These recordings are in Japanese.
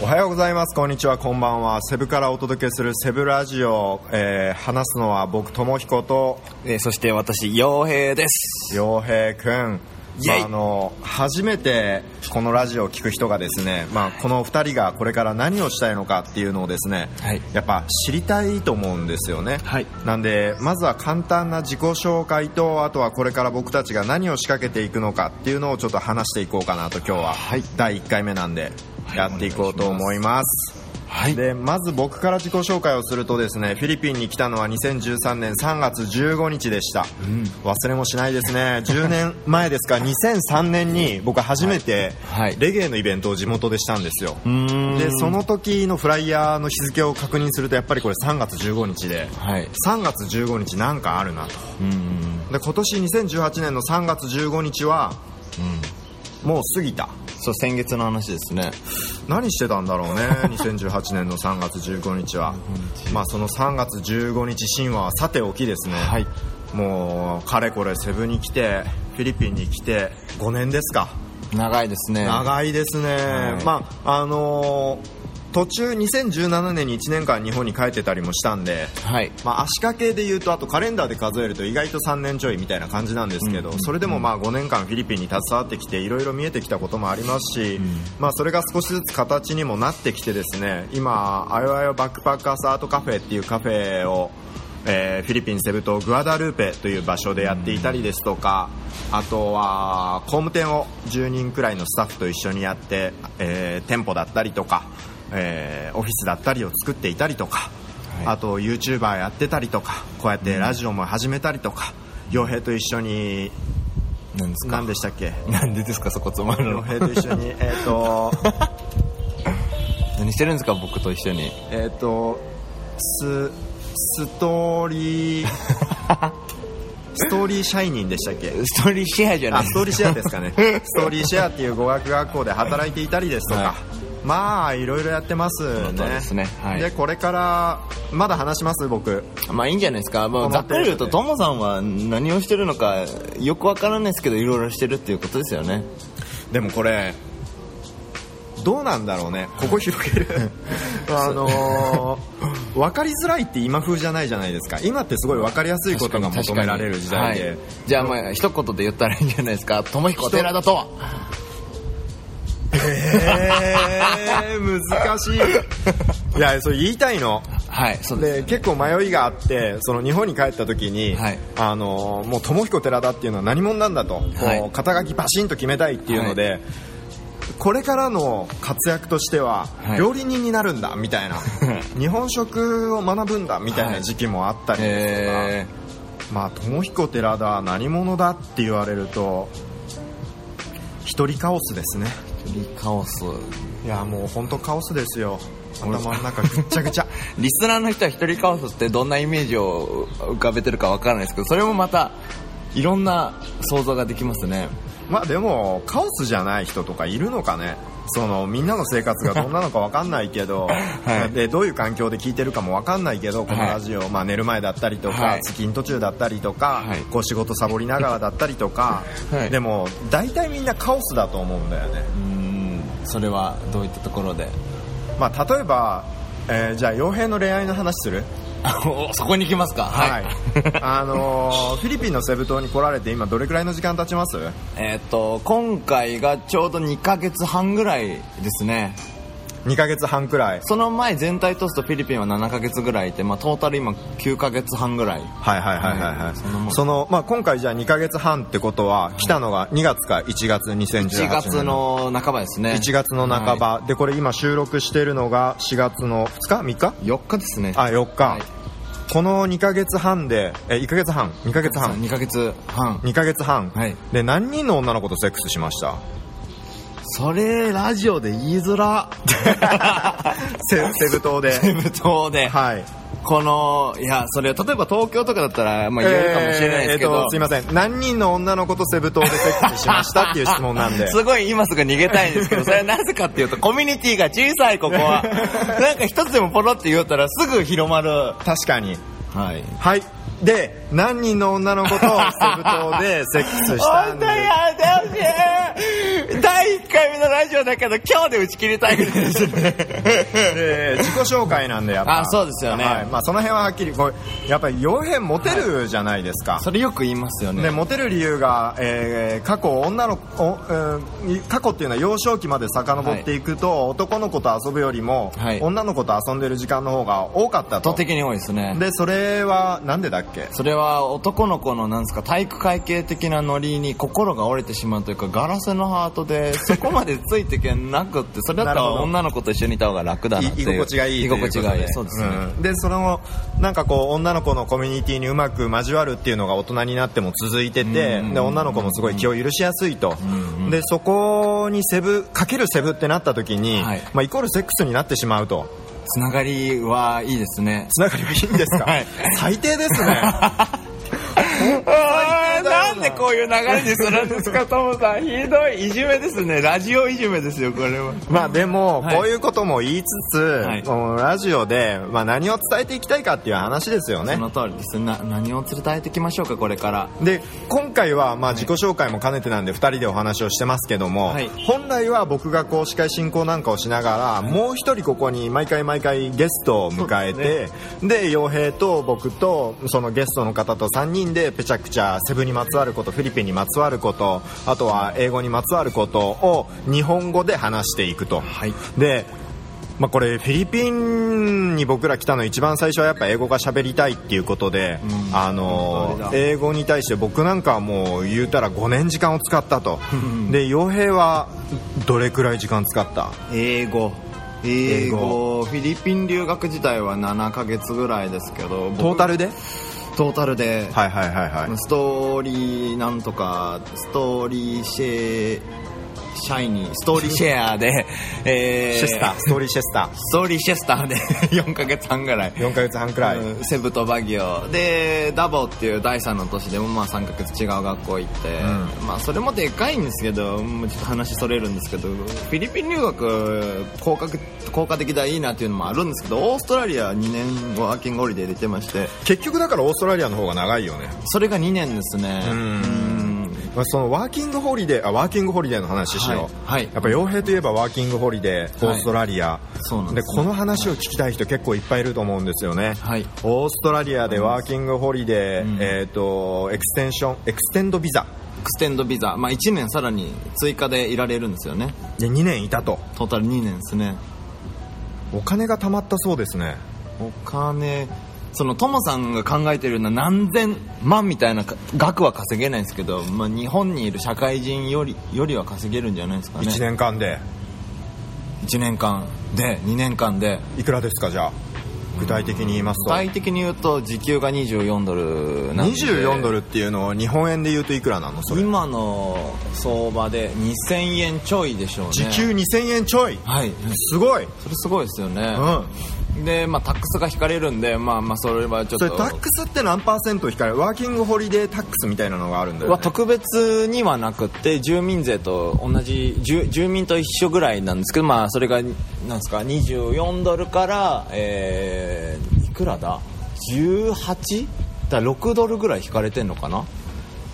おはようございますこんにちはこんばんはセブからお届けするセブラジオ、えー話すのは僕智彦とえーそして私傭兵です陽平くんイエイまああの初めてこのラジオを聞く人がですね、まあ、この2人がこれから何をしたいのかっていうのをですね、はいやっぱ知りたいと思うんですよね、はいなんでまずは簡単な自己紹介とあとはこれから僕たちが何を仕掛けていくのかっていうのをちょっと話していこうかなと今日は、第1回目なんではいやっていこうと思います、はいでまず僕から自己紹介をするとですねフィリピンに来たのは2013年3月15日でした、忘れもしないですね10年前です か2003年に僕初めてはいはいレゲエのイベントを地元でしたんですよ、んでその時のフライヤーの日付を確認するとやっぱりこれ3月15日ではい3月15日なんかあるなとうんで今年2018年の3月15日は、もう過ぎたそう先月の話ですね何してたんだろうね 2018年の3月15日はまあその3月15日神話はさておきですね、はいもうかれこれセブに来てフィリピンに来て5年ですか長いですねい長いですね、いまああのー途中2017年に1年間日本に帰ってたりもしたんではいまあ、足掛けで言うとあとカレンダーで数えると意外と3年ちょいみたいな感じなんですけど、それでもまあ5年間フィリピンに携わってきていろいろ見えてきたこともありますし、まあ、それが少しずつ形にもなってきてですね今あよあよバックパッカースアートカフェっていうカフェを、えーフィリピンセブ島グアダルーペという場所でやっていたりですとか、あとは工務店を10人くらいのスタッフと一緒にやって、えー店舗だったりとか、えーオフィスだったりを作っていたりとか。はいあと YouTuber やってたりとかこうやってラジオも始めたりとか傭兵と一緒になんですか何でしたっけなんでですかそこつまる傭の兵と一緒 にえっと何してるんですか僕と一緒にえっとスストー リーストーリーシャイニンでしたっけストーリーシェアじゃないあストーリーシェアですかねストーリーシェアっていう語学学校で働いていたりですとか、はいまあいろいろやってますそうねですねはいでこれからまだ話します僕 まあいいんじゃないですか、まあ、ざっくり言うとトモさんは何をしてるのかよくわからないですけどいろいろしてるっていうことですよねでもこれどうなんだろうねここ広げる あの ー、分かりづらいって今風じゃないじゃないですか今ってすごい分かりやすいことが求められる時代で、はいじゃあまあ一言で言ったらいいんじゃないですか友彦寺田とは えー、難しいいやそれ言いたいのはいそうですで結構迷いがあってその日本に帰った時に、はいあのもう友彦寺田っていうのは何者なんだと、はこうい肩書きバシンと決めたいっていうので、これからの活躍としてははい料理人になるんだみ たいな、日本食を学ぶんだみたいな時期もあったりですとか、えまあ友彦寺田は何者だって言われると一人カオスですねー、リカオスいやもう本当カオスです よ頭の中ぐっちゃぐちゃリスナーの人は一人カオスってどんなイメージを浮かべてるかわからないですけどそれもまたいろんな想像ができますねまあでもカオスじゃない人とかいるのかねそのみんなの生活がどんなのか分かんないけ ど、いでどういう環境で聞いてるかも分かんないけどこのはいラジオ、まあ、寝る前だったりとか、はい通勤途中だったりとか、はいこう仕事サボりながらだったりとか、はいでも大体みんなカオスだと思うんだよね、うんそれはどういったところで まあ、例えば、えーじゃあ傭兵の恋愛の話するおそこに行きますか はい、あのーフィリピンのセブ島に来られて今どれくらいの時間経ちますえっと今回がちょうど2ヶ月半ぐらいですね ?2 ヶ月半くらいその前全体通すとフィリピンは7ヶ月ぐらいいて、まあ、トータル今9ヶ月半ぐらいはいはいはいはい、ははいいそんなもんそのまあ、今回じゃあ2ヶ月半ってことは来たのが2月か1月2018年1月の半ばですね1月の半ば、でこれ今収録してるのが4月の2日3日4日ですねあ4日、はいこの2ヶ月半でえ1ヶ月半2ヶ月半2ヶ月半2ヶ月半、はいで何人の女の子とセックスしま したそれラジオで言いづらセセブ島で無糖で、はいこのいやそれ例えば東京とかだったら、まあ、言えるかもしれないですけど、えーえーとすいません何人の女の子とセブ島でセックスしましたっていう質問なん でごい今すぐ逃げたいんですけど、それはなぜかっていうと、コミュニティが小さい、ここは。なんか一つでもポロって言うたらすぐ広まる。は確かにい。はい。で、何人の女の子とセブ島でセックスしたん本で当にやってほしい第1回目のララジオだけど今日で打ち切りたいぐらいですで自己紹介なんでやっぱあそうですよねはいまあ、その辺ははっきりこうやっぱり傭兵モテるじゃないですか、それよく言いますよねでモテる理由が、えー過去女の子お、えー過去っていうのは幼少期まで遡っていくと、男の子と遊ぶよりも、はい女の子と遊んでる時間の方が多かった圧倒と的に多いですねでそれはなんでだっけそれは男の子のなんですか体育会系的なノリに心が折れてしまうというかガラスのハートでそこまでついてけなく ってそれだったなるらほど女の子と一緒にいた方が楽だなっていい居う心地がいい居心地がいいといそうことうですね、うんでそのなんかこう女の子のコミュニティにうまく交わるっていうのが大人になっても続いてて、うんで女の子もすごい気を許しやすいと、うんでそこにセブかけるセブってなった時に、はいまあ、イコールセックスになってしまうとつながりはいいです ねつながりはいいんですか、はい最低です ね最低だあーなよんでこういう流れにするんですかトモさんひどいいじめですねラジオいじめですよこれはまあでも、はいこういうことも言いつつ、いこのラジオで、まあ、何を伝えていきたいかっていう話ですよねその通りですな何を伝えていきましょうかこれからで今回はまあ自己紹介も兼ねてなんで2人でお話をしてますけども、はい本来は僕がこう司会進行なんかをしながら、もう一人ここに毎回毎回ゲストを迎えてで洋平と僕とそのゲストの方と3人でぺちゃくちゃセブにまつわることフィリピンにまつわることあとは英語にまつわることを日本語で話していくと。はいでまあ、これフィリピンに僕ら来たの一番最初はやっぱ英語が喋りたいっていうことで、うんあの本当だ英語に対して僕なんかはもう言うたら5年時間を使ったとうんで洋平はどれくらい時間使った英語英英語語フィリピン留学時代は7ヶ月ぐらいですけどトータルで僕トータルで、はいはいはいはいストーリーなんとかストーリーシェシャイニーストーリーシェアで、えーシェスターストーリーシェスタストーリーシェスターで 4ヶ月半ぐらいー4ヶ月半くらい、うんセブとバギオでダボっていう第3の都市でもまあ3ヶ月違う学校行って、まあそれもでかいんですけどもうちょっと話それるんですけどフィリピン留学効果効果的だいいなっていうのもあるんですけどオーストラリア2年ワーキングオリデー出てまして結局だからオーストラリアの方が長いよねそれが2年ですねうんんまあ、そのワーキングホリデーあワーキングホリデーの話しよう、はいはいやっぱ傭兵といえばワーキングホリデーオーストラリア、そうなんでですねこの話を聞きたい人結構いっぱいいると思うんですよね、はいオーストラリアでワーキングホリデー、うんえー、とエクステンションエクステンドビザエクステンドビザ、まあ、1年さらに追加でいられるんですよねで2年いたとトータル2年ですねお金が貯まったそうですねお金そのトモさんが考えてるような何千万みたいなか額は稼げないんですけど、まあ、日本にいる社会人よりよりは稼げるんじゃないですかね1年間で一年間で2年間でいくらですかじゃあ具体的に言います具と体的に言うと時給が24ドルなんで24ドルっていうのを日本円で言うといくらなのそれ今の相場で2000円ちょいでしょうね時給2000円ちょいはいすごい、それすごいですよね、うん、で、まあ、タックスが引かれるんで、まあ、まあそれはちょっそとれタックスって何パーセント引かれるワーキングホリデータックスみたいなのがあるんだよ、はね、特別にはなくって住民税と同じ住住民と一緒ぐらいなんですけど、まあ、それがなんですか24ドルから、えーいくらだ18だから6ドルぐらい引かれてんのかな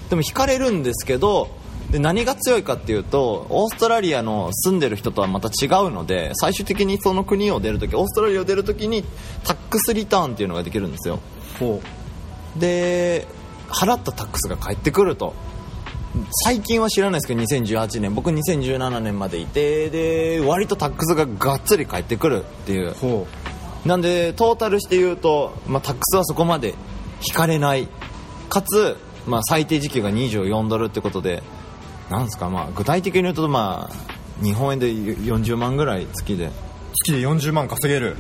でも引かれるんですけどで何が強いかっていうとオーストラリアの住んでる人とはまた違うので最終的にその国を出るときオーストラリアを出るときにタックスリターンっていうのができるんですよで払ったタックスが返ってくると最近は知らないですけど2018年僕2017年までいてで割とタックスががっつり返ってくるっていうほなんでトータルして言うと、まあ、タックスはそこまで引かれないかつ、まあ、最低時給が24ドルってことでなんですか、まあ、具体的に言うと、まあ、日本円で40万ぐらい月でう月で40万稼げる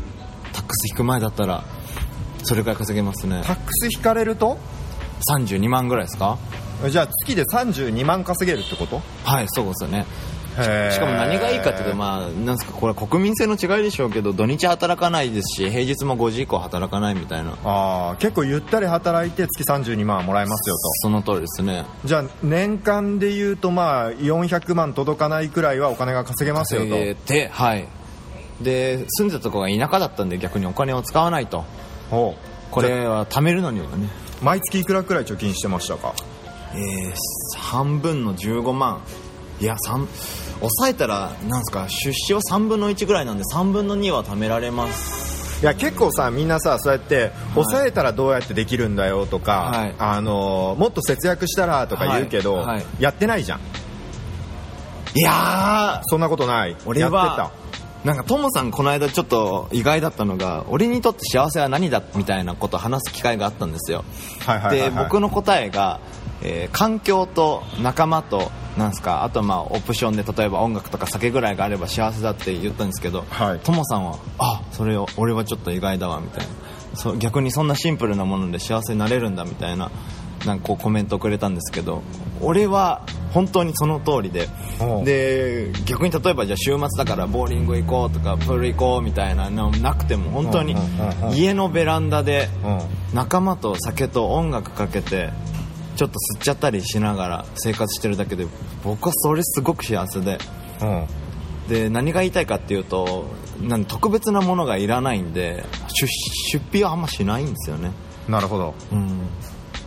タックス引く前だったらそれぐらい稼げますねタックス引かれると32万ぐらいですかじゃあ月で32万稼げるってことはいそうですよねへーしかも何がいいかっていうと、まあ、なんですか、これは国民性の違いでしょうけど、土日働かないですし、平日も5時以降働かないみたいな。あー結構ゆったり働いて月32万はもらえますよその通りですね。とじゃあ年間で言うとまあ400万届かないくらいはお金が稼げますよと、えーで、はい。で、住んでたとこが田舎だったんで、逆にお金を使わないと。ほこれは貯めるのにはね。う毎月いくらくらい貯金してましたかえー、半分の15万。いや、三抑えたらなんですか出資は3分の1ぐらいなんで3分の2は貯められますいや結構さみんなさそうやって抑えたらどうやってできるんだよとか、はいあのもっと節約したらとか言うけど、はいはいやってないじゃんいやーそんなことない俺やってはたなんかトモさんこの間ちょっと意外だったのが俺にとって幸せは何だみたいなことを話す機会があったんですよはいはいはいではい僕の答えが、えー環境と仲間となんすかあとまあオプションで例えば音楽とか酒ぐらいがあれば幸せだって言ったんですけど、はいトモさんはあそれを俺はちょっと意外だわみたいなそう逆にそんなシンプルなもので幸せになれるんだみたいななんかこうコメントをくれたんですけど俺は本当にその通りでおうで逆に例えばじゃあ週末だからボーリング行こうとかプール行こうみたいなのなくても本当にうんうんうんうん家のベランダでう仲間と酒と音楽かけてちょっと吸っちゃったりしながら生活してるだけで僕はそれすごく幸せでうんで何が言いたいかっていうとなん特別なものがいらないんで出出費はあんましないんですよね、なるほどうん、っ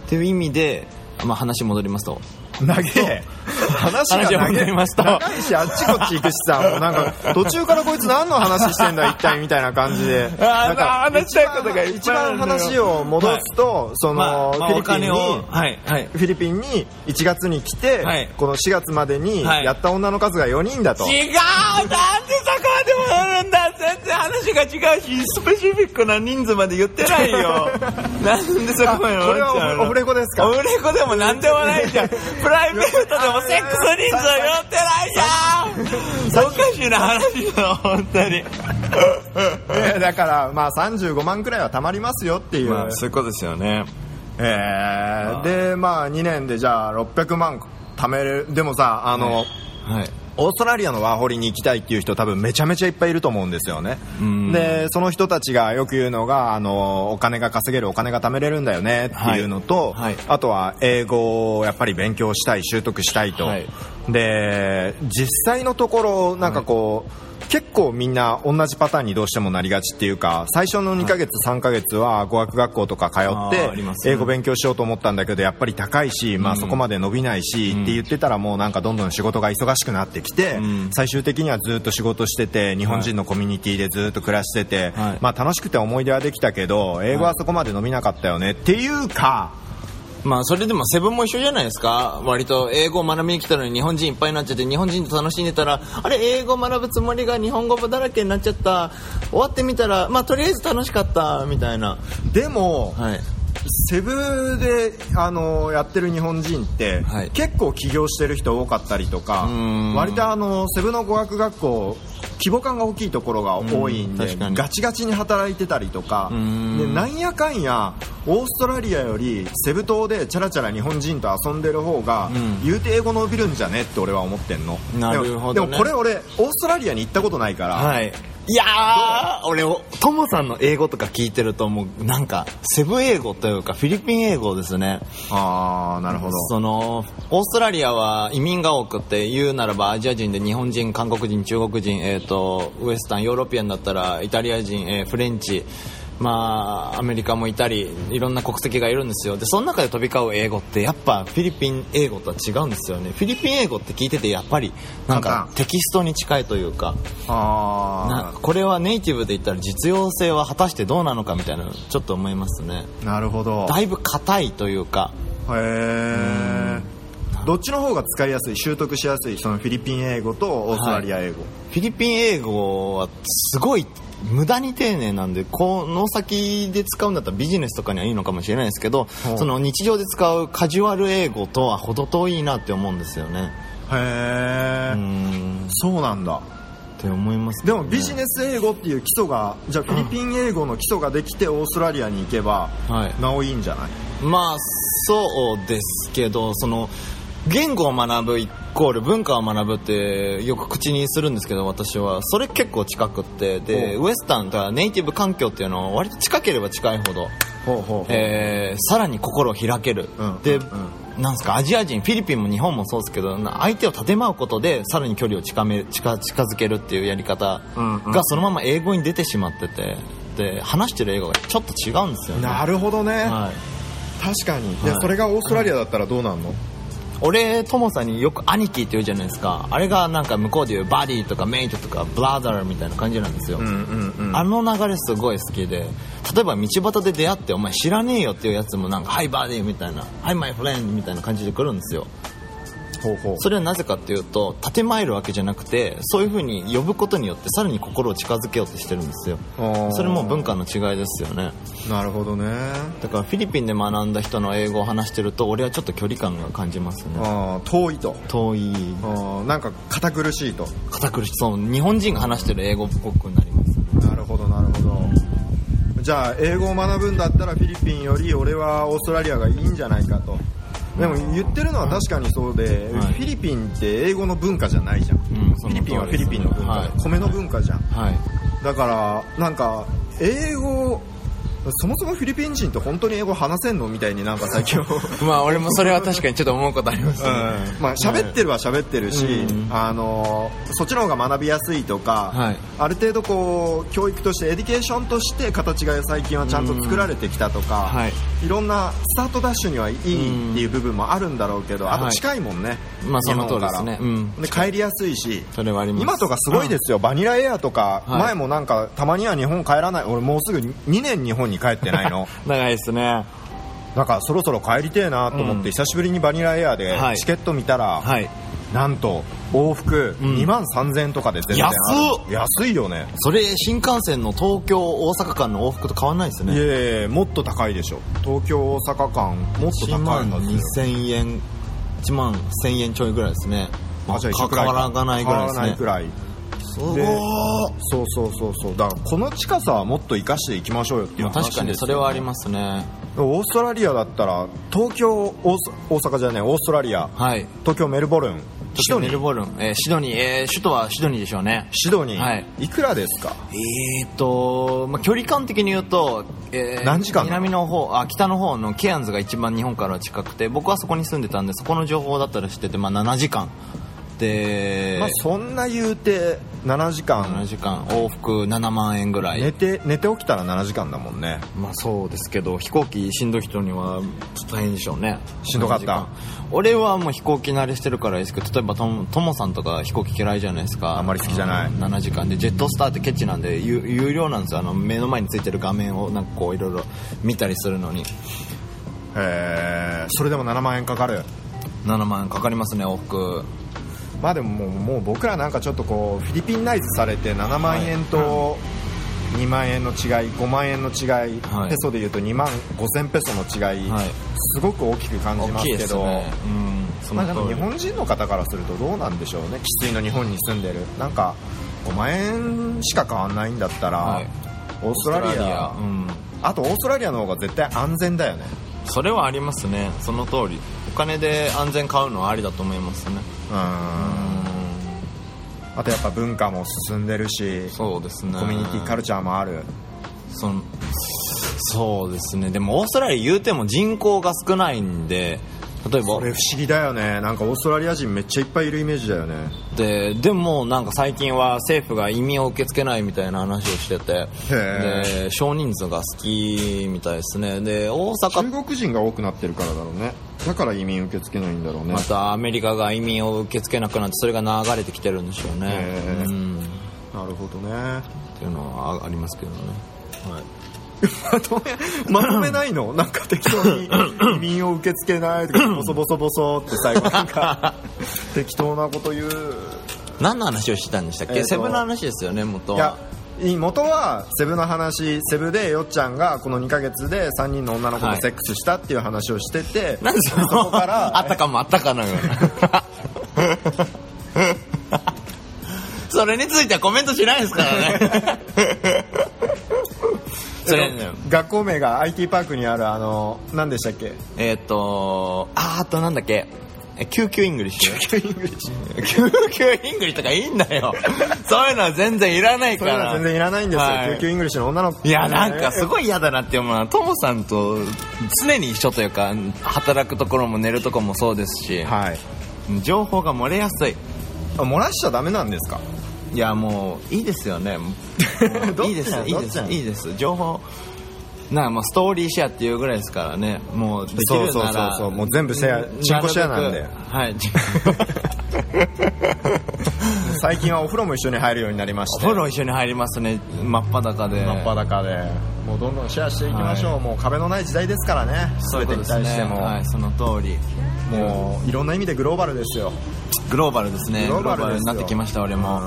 ていう意味で、まあ、話戻りますと投げ話話がが投戻げりました長いしあっちこっち行くしさもうなんか途中からこいつ何の話してんだ一体みたいな感じでなんか話したいことがいっ一ぱいある番のよ話を戻すと、その、まあまあフィリおピン金に、をはいはいフィリピンに1月に来て、はいこの4月までにはいやった女の数が4人だと、違うなんでそこまでもやるんだ全然話が違うしスペシフィックな人数まで言ってない よなんでそこまで戻こっちれゃうはのオフオフレコですかオフレコでもなんでもない じゃんプライベートでもセックス人数は寄ってないじゃんおかしな話だ本当にえーだからまあ35万くらいは貯まりますよっていう、ういうことですよねえーでまあ2年でじゃあ600万貯めるでもさあの、はいオーストラリアのワーホリに行きたいっていう人多分めちゃめちゃいっぱいいると思うんですよねうんでその人たちがよく言うのがあのお金が稼げるお金が貯めれるんだよねっていうのと、はいはいあとは英語をやっぱり勉強したい習得したいと、はいで実際のところなんかこう、結構みんな同じパターンにどうしてもなりがちっていうか最初の2ヶ月、3ヶ月は語学学校とか通あーありまっすてね英語勉強しようと思ったんだけどやっぱり高いし、まあ、そこまで伸びないし、って言ってたらもうなんかどんどん仕事が忙しくなってきて、ん最終的にはずっと仕事してて日本人のコミュニティでずっと暮らしてて、はいまあ、楽しくて思い出はできたけど英語はそこまで伸びなかったよね、っていうかまあそれでもセブンも一緒じゃないですか割と英語を学びに来たのに日本人いっぱいになっちゃって日本人と楽しんでたらあれ英語学ぶつもりが日本語だらけになっちゃった終わってみたらまあとりあえず楽しかったみたいなでも、はいセブであのやってる日本人って、はい結構起業してる人多かったりとかうん割とあのセブの語学学校規模感が大きいところが多いんうんで確かにガチガチに働いてたりとかうんでなんやかんやオーストラリアよりセブ島でチャラチャラ日本人と遊んでる方が、ん言うて英語伸びるんじゃねって俺は思ってんのなるほでどもでもねこれ俺オーストラリアに行ったことないから、はいいやー俺をトモさんの英語とか聞いてるともうなんかセブ英語というかフィリピン英語ですねああなるほどそのオーストラリアは移民が多くて言うならばアジア人で日本人、韓国人、中国人、えー、とウエスタン、ヨーロピアンだったらイタリア人、えーフレンチ、まあ、アメリカもいたりいろんな国籍がいるんですよでその中で飛び交う英語ってやっぱフィリピン英語とは違うんですよねフィリピン英語って聞いててやっぱりなん簡か単テキストに近いというかなあこれはネイティブで言ったら実用性は果たしてどうなのかみたいなのちょっと思いますねあなるほどだいぶ硬いというかへえどっちの方が使いやすい習得しやすいそのフィリピン英語とオーストラリア英語、フィリピン英語はすごい無駄に丁寧なんでこの先で使うんだったらビジネスとかにはいいのかもしれないですけどうんその日常で使うカジュアル英語とは程遠いなって思うんですよねへえ、うーんっそうなんだて思いますでもビジネス英語っていう基礎がじゃあフィリピン英語の基礎ができてオーストラリアに行けば、はいなおいいんじゃないまあそうですけどその言語を学ぶイコール文化を学ぶってよく口にするんですけど私はそれ結構近くってでうウエスタンとかネイティブ環境っていうのは割と近ければ近いほどほうほうほうえーさらに心を開ける、うんで、うなんですかアジア人フィリピンも日本もそうですけどな相手を立てまうことでさらに距離を近め近近づけるっていうやり方うんうんがそのまま英語に出てしまっててで話してる英語がちょっと違うんですよね、なるほどね、はい、確かに、はでいそれがオーストラリアだったらどうなんの、俺ともさんによく兄貴って言うじゃないですかあれがなんか向こうで言うバディとかメイトとかブラザーみたいな感じなんですよ、うんうんうんあの流れすごい好きで例えば道端で出会ってお前知らねえよっていうやつもなんか「ハイバディ」みたいな「ハイマイフレンド」みたいな感じで来るんですよほうほうそれはなぜかっていうと建前るわけじゃなくてそういう風に呼ぶことによってさらに心を近づけようとしてるんですよあーそれも文化の違いですよねなるほどねだからフィリピンで学んだ人の英語を話してると俺はちょっと距離感が感じますねあー遠いと遠いあーなんか堅苦しいと堅苦しそう日本人が話してる英語っぽくなりますねなるほどなるほどじゃあ英語を学ぶんだったらフィリピンより俺はオーストラリアがいいんじゃないかとでも言ってるのは確かにそうで、はいフィリピンって英語の文化じゃないじゃん、んフィリピンはフィリピンの文化、はい米の文化じゃんはいだからなんか英語そもそもフィリピン人って本当に英語話せんのみたいになんか最近まあ俺もそれは確かにちょっと思うことありますね、まあ喋ってるは喋ってるし、うんあのーそっちの方が学びやすいとか、はいある程度こう教育としてエディケーションとして形が最近はちゃんと作られてきたとか、うんはいろんなスタートダッシュにはいいっていう部分もあるんだろうけど、あと近いもんね、まあ日本その通りですかねらうんで帰りやすいしそれはあります今とかすごいですよ、バニラエアとか、はい前もなんかたまには日本帰らない俺もうすぐ2年日本に帰ってない の長いですねだからそろそろ帰りてえなと思って、うん久しぶりにバニラエアではいチケット見たら、はいなんと往復うん2万3000円とかで全然ある安いよねそれ新幹線の東京大阪間の往復と変わんないですいねえいえもっと高いでしょ東京大阪間もっと1高い万はずよ2000円1万1000円ちょいぐらいですね、まあ、あじゃあ一緒かくらい変わらないぐら変いでわすらなねいくらいすごでーそうそうそうそうだからこの近さはもっと生かしていきましょうよっていう話確かにそれはありますねオーストラリアだったら東京大大阪じゃないオーストラリアはい東京メルボルンシドニメルーボルン、えーシドニー、えー首都はシドニーでしょうねシドニー、はいい、くらですかえーっと、まあ、距離感的に言うと、えー何時間南の方あ北の方のケアンズが一番日本からは近くて僕はそこに住んでたんでそこの情報だったら知ってて、まあ、7時間で、まあそんな言うて7時間7時間往復7万円ぐらい、寝て寝て起きたら7時間だもんねまあそうですけど飛行機しんどい人にはちょっと大変でしょうねしんどかった7時間俺はもう飛行機慣れしてるからいいですけど例えばともともさんとか飛行機嫌いじゃないですかあんまり好きじゃないうん7時間でジェットスターってケチなんで有有料なんですよあの目の前についてる画面をなんかこういろいろ見たりするのにえーそれでも7万円かかる7万円かかりますね往復まあでももうもう僕らなんかちょっとこうフィリピンナイズされて7万円と2万円の違い5万円の違い、はいペソでいうと2万5000ペソの違い、はいすごく大きく感じま大すきいでけすどねうんそまあ、で通もり日本人の方からするとどうなんでしょうねきついの日本に住んでるなんか5万円しか変わんないんだったら、はいオーストラリアオーストラリアうんあとオーストラリアの方が絶対安全だよねそれはありますねその通りお金で安全買うのはありだと思いますねうんあとやっぱ文化も進んでるしそうですねコミュニティカルチャーもあるそのそうですねでもオーストラリア言うても人口が少ないんで例えばこれ不思議だよねなんかオーストラリア人めっちゃいっぱいいるイメージだよねででもなんか最近は政府が移民を受け付けないみたいな話をしててへで少人数が好きみたいですねで大阪中国人が多くなってるからだろうねだから移民受け付けないんだろうねまたアメリカが移民を受け付けなくなってそれが流れてきてるんでしょうねへーうんっなるほどねていうのはあありますけどね、はい、まとめまとめない のなんか適当に移民を受け付けないとかボソボソボソって最後なん か適当なこと言う何の話をしてたんでしたっけ、えーとセブンの話ですよね元いはやいい元はセブの話セブでよっちゃんがこの2ヶ月で3人の女の子とセックスしたっていう話をしてて、なんでそのそこからあったかもあったかのようなそれについてはコメントしないですからねそれね学校名が IT パークにあるあの何でしたっけえーっ、とあーあとなんだっけえ救急イングリッシュイングリッシュ救急イングリッシュとかいいんだよそういうのは全然いらないそかれらは全然いらないんですよ、はい救急イングリッシュの女の子いやなんかすいごい嫌だなって思うのはトモさんと常に一緒というか働くところも寝るところもそうですし、はい情報が漏れやすいあ漏らしちゃダメなんです かいやもういいですよね どっちなのいいですいいどっでちなすのいいです情報なんかもうストーリーシェアっていうぐらいですからねもうできそうるそうなそうらそうもう全部シェアチンコシェアなんでるべくはい 最近はお風呂も一緒に入るようになりましおて風呂一緒に入りますね真っ裸で真っ裸でもうどんどんシェアしていきましょう、はもう壁のない時代ですからねそういうこ全とてでに対すねしても、はいその通りもういろんな意味でグローバルですよグローバルですねグログローーババルですよルになってきました俺も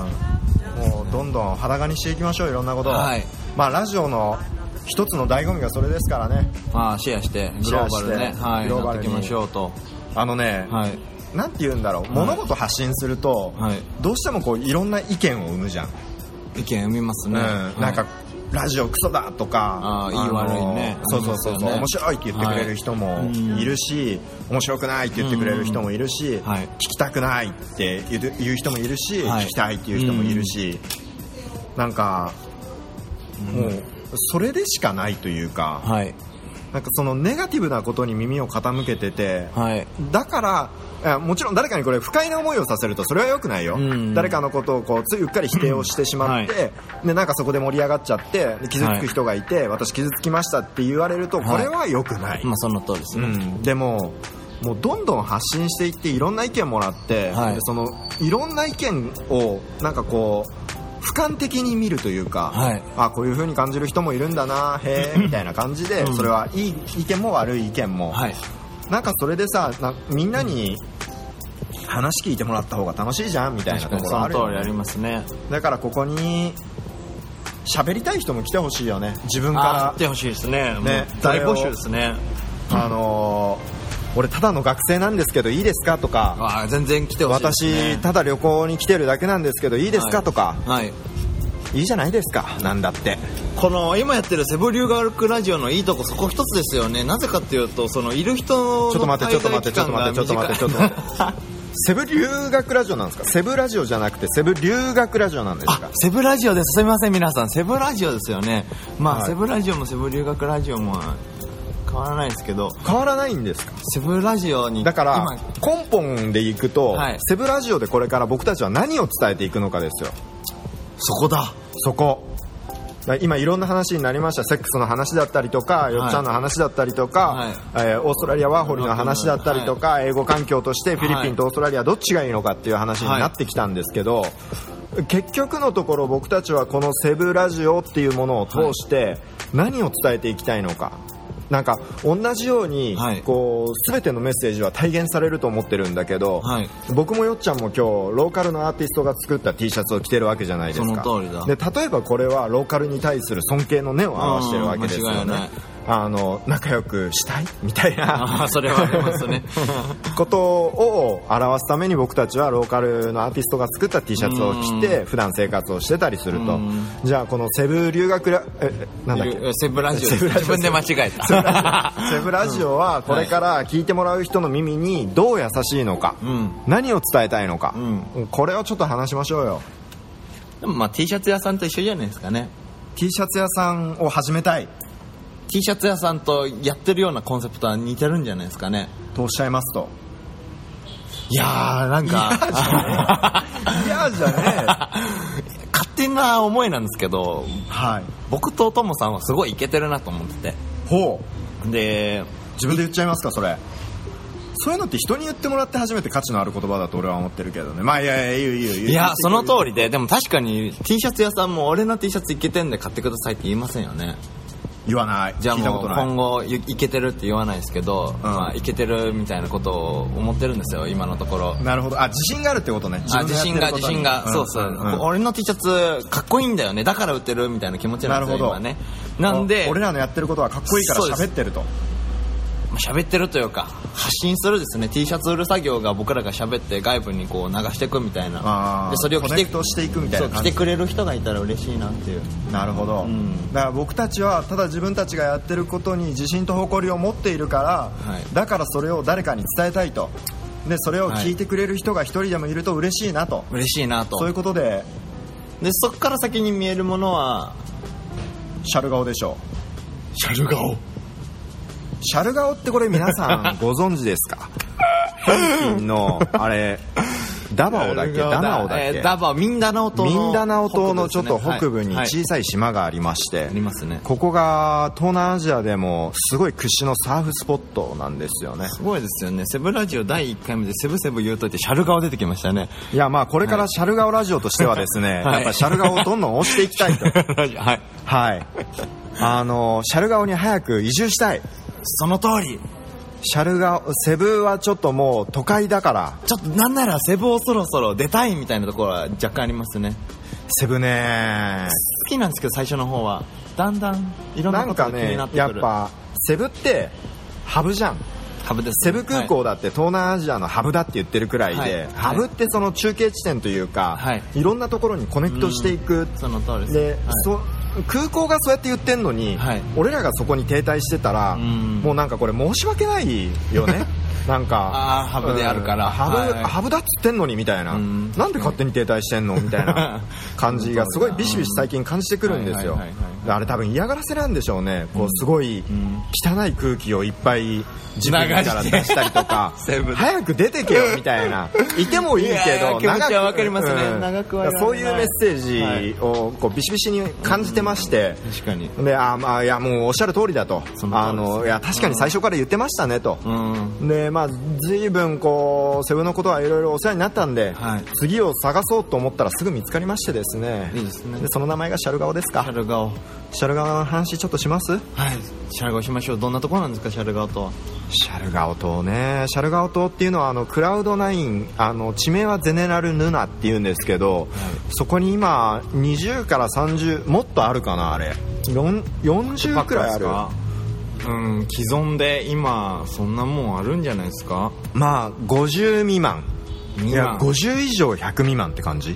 もうどんどん裸にしていきましょういろんなことを、はいまあラジオの一つの醍醐味がそれですからねまあシェアしてシグェロアーしてバルねはいグローなバっルてにいきましょうとあのね、はいなんて言うんだろう、物事発信すると、はいどうしてもこういろんな意見を生むじゃん、意見生みますねうんなんかはラジオクソだとかあーいいの悪いねそうそうそうそう、あり面ますよ白いねって言ってくれる人もいるし、面白くないって言ってくれる人もいるし、んはい聞きたくないって言う言う人もいるし、はい聞きたいっていう人もいるし、なんかもうそれでしかないというか、はいなんかそのネガティブなことに耳を傾けてて、はいだからいやもちろん誰かにこれ不快な思いをさせるとそれは良くないよ、うん誰かのことをこうついうっかり否定をしてしまって、はでなんかそこで盛り上がっちゃってで傷つく人がいて、私傷つきましたって言われるといこれは良くない、まあその通りですうねん、でももうどんどん発信していっていろんな意見もらって、はいでそのいろんな意見をなんかこう俯瞰的に見るというか、はいあこういう風に感じる人もいるんだなへえみたいな感じで、うんそれはいい意見も悪い意見も、はいなんかそれでさなみんなに話聞いてもらった方が楽しいじゃんみたいな確とかにこそろあのる通よりねありますねだからここに喋りたい人も来てほしいよね自分あか来てほしいですねねもう大募集ですねらあのー俺ただの学生なんですけどいいですかとかあー全然来てほしいです私ねただ旅行に来てるだけなんですけどいいですかとかはいいいじゃないですかなんだってこの今やってるセブリューガルクラジオのいいとこそこ一つですよねなぜかっていうとそのいる人のちょっと待ってちょっと待って滞ちょっと待っ在てちょっと待ってちょっと待期間が短いってセブ留学ラジオなんですかセブラジオじゃなくてセブ留学ラジオなんですか あセブラジオですすみません皆さんセブラジオですよねまあ、はいセブラジオもセブ留学ラジオも変わらないですけど変わらないんですかセブラジオにだから今根本でいくと、はいセブラジオでこれから僕たちは何を伝えていくのかですよそこだそこだ今いろんな話になりましたセックスの話だったりとかよっちゃんの話だったりとか、はいえーオーストラリアワーホリの話だったりとか、英語環境としてフィリピンとオーストラリアどっちがいいのかっていう話になってきたんですけど、結局のところ僕たちはこのセブラジオっていうものを通して何を伝えていきたいのか。なんか同じようにはいこう全てのメッセージは体現されると思ってるんだけど、はい僕もよっちゃんも今日ローカルのアーティストが作った T シャツを着てるわけじゃないですかその通りだで例えばこれはローカルに対する尊敬の念を表してるわけですようん間違いなねいあの仲良くしたいみたいあなーそれはありま すねことを表すために僕たちはローカルのアーティストが作った T シャツを着て普段生活をしてたりするとうんじゃあこのセブ留学らええなんだっけセブラジオセブラジオ自分で間違えたセブラジオはこれから聞いてもらう人の耳にどう優しいのか、 うん何を伝えたいのか、うこれをちょっと話しましょうよでもまあ T シャツ屋さんと一緒じゃないですかね T シャツ屋さんを始めたい T シャツ屋さんとやってるようなコンセプトは似てるんじゃないですかねとおっしゃいますといやーなんかいやじゃね 勝手な思いなんですけどえはい僕とトモさんはすごいイケてるなと思っててほうで自分で言っちゃいますかそれそういうのって人に言ってもらって初めて価値のある言葉だと俺は思ってるけどねまあいやいやいいよいいよいいよいやその通りででも確かに T シャツ屋さんも俺の T シャツイケてんで買ってくださいって言いませんよね言わないじゃあ聞いたもこうとない今後いイケてるって言わないですけど、まあ、イケてるみたいなことを思ってるんですよ今のところなるほどあ自信があるってことねあ分自のやってる信こがとに自信が、んそうそう、んん俺の T シャツかっこいいんだよねだから売ってるみたいな気持ちなんですよなるほど今ねなんでお俺らのやってることはかっこいいからそうで喋すってるとまあ喋ってるというか発信するですね T シャツ売る作業が僕らが喋って外部にこう流していくみたいあなーでそれをコ着てネクトしていくみたいなそう感着じてくれる人がいたら嬉しいなっていうなるほど、んだから僕たちはただ自分たちがやってることに自信と誇りを持っているから、いだからそれを誰かに伝えたいとでそれを聞いてくれる人が一人でもいると嬉しいなと、嬉しいなとそういうことででそこから先に見えるものはシャル顔でしょシャル顔うシャル 顔ってこれ皆さんご存知ですかフィリピンのあれダバオだっけダナオだっえけーダバオミンダナオ島のミンダナオ島のちょっと北部にはい小さい島がありまして、ありますねここが東南アジアでもすごい屈指のサーフスポットなんですよねすごいですよねセブラジオ第1回目でセブセブ言うといてシャル顔出てきましたね いやまあこれからシャルガオラジオとしてはですね、はいやっぱシャルガオをどんどん押していきたいと はいはいあのシャルガオに早く移住したいその通りシャルガオセブはちょっともう都会だからちょっとなんならセブをそろそろ出たいみたいなところは若干ありますねセブね好きなんですけど最初の方はだんだんいろんななこんとかが気にねなってくるやっぱセブってハブじゃんハブですセねブ空港だって東南アジアのハブだって言ってるくらいで、はいハブってその中継地点というか、はいい、ろんなところにコネクトしていく、その通りですで、はいそ空港がそうやって言ってんのに、はい俺らがそこに停滞してたら、んもうなんかこれ申し訳ないよ ねなんかあーハブであるからうんハブ,、はいはいハブだっつってんのにみたいな、うんなんで勝手に停滞してんのみたい な感じがすごいビシビシ最近感じてくるんですよ、はいはいはいはいであれ多分嫌がらせなんでしょうねこうすごい汚い空気をいっぱい自分から出したりとか全部早く出てけよみたい ないてもいいけどいやー気持ちはくわかりますねうん長くはいられないそういうメッセージをこうビシビシに感じてまして、確かにであーまあいやもうおっしゃる通りだとそのあ通りですのいや確かに最初から言ってましたねと、うんでまあ随分こうセブンのことはいろいろお世話になったんで、はい次を探そうと思ったらすぐ見つかりましてですねいいですねでその名前がシャルガオですシャかル顔シャルガオの話ちょっとしますはい、シャルガオしましょう。どんなところなんですか、シャルガオとは。シャルガオ島ねシャルガオ島っていうのはあのクラウドナインあの地名はゼネラルヌナっていうんですけど、そこに今20から30もっとあるかなあれ4 40くらいあるる。うん、既存で今、そんなもんあるんじゃないですか。まあ50未満い未や満50以上100未満って感じ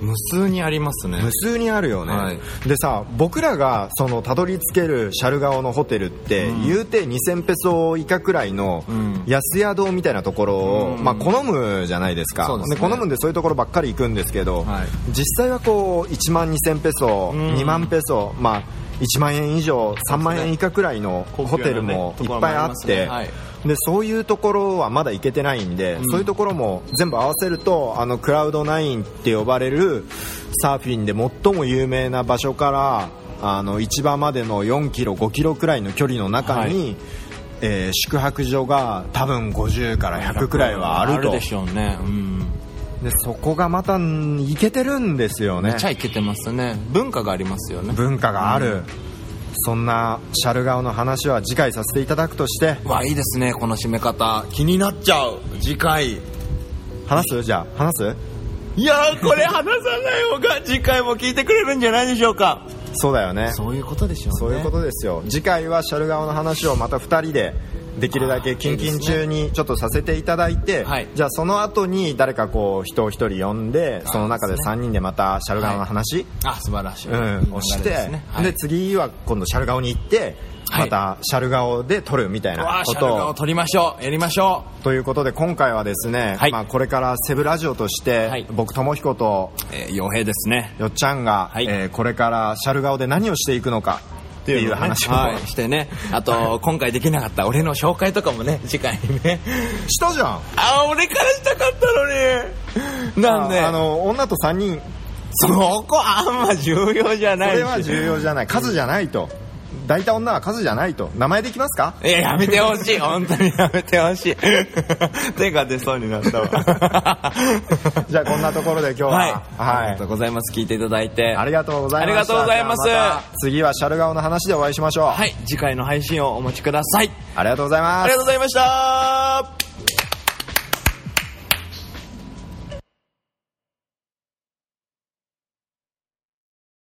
無数にありますね。無数にあるよね、はいでさ僕らがそのたどり着けるシャルガオのホテルって、うん言うて2000ペソ以下くらいのうん安宿みたいなところを、うんまあ、好むじゃないですかそうですね好むんでそういうところばっかり行くんですけど、はい実際はこう1万2000ペソ、うん2万ペソ、まあ、1万円以上3万円以下くらいの高級なホテルもいっぱいあっところて。もありますねでそういうところはまだ行けてないんで、そういうところも全部合わせるとあのクラウドナインって呼ばれるサーフィンで最も有名な場所からあの市場までの4キロ5キロくらいの距離の中に、えー宿泊所が多分50から100くらいはあるとでしょうね。うん。でそこがまたん行けてるんですよねめちゃいけてますね。文化がありますよね。文化がある、そんなシャルガオの話は次回させていただくとしてわ、いいですね、この締め方。気になっちゃう。次回。話すじゃあ話すいやー、これ話さない方が 次回も聞いてくれるんじゃないでしょうか。そうだよねそういうことでしょうね。そういうことですよ次回はシャルガオの話をまた2人でできるだけ近々中にちょっとさせていただいてはいじゃあその後に誰かこう人を1人呼んでその中で3人でまたシャルガオの話、あ、素晴らしい。うん、をしいい流れでてすで,、ねはい次は今度シャルガオに行ってはいまたシャルガオで撮るみたいわなあこシャルとガをを取りましょうやりましょということで今回はですね、はいまあ、これからセブラジオとして、はい僕ともひことう、えー、傭兵ですねよっちゃんが、はいえーこれからシャルガオで何をしていくのかっていう話を、はい、してねあと、今回できなかった俺の紹介とかもね次回にねしたじゃんあ俺からしたかったのになんであああの女と3人そこあんま重要じゃこないしれは重要じゃない数じゃないと大体女は数じゃないと名前できますかいややめてほしい本当にやめてほしい 手が出そうになっ たわじゃあこんなところで今日ははい、あはりがとういございます聞いていただいてありがとうございましたありがとうございますじゃあた次はシャルガオの話でお会いしましょう、はい次回の配信をお待ちくださいありがとうございあまりすがとうございました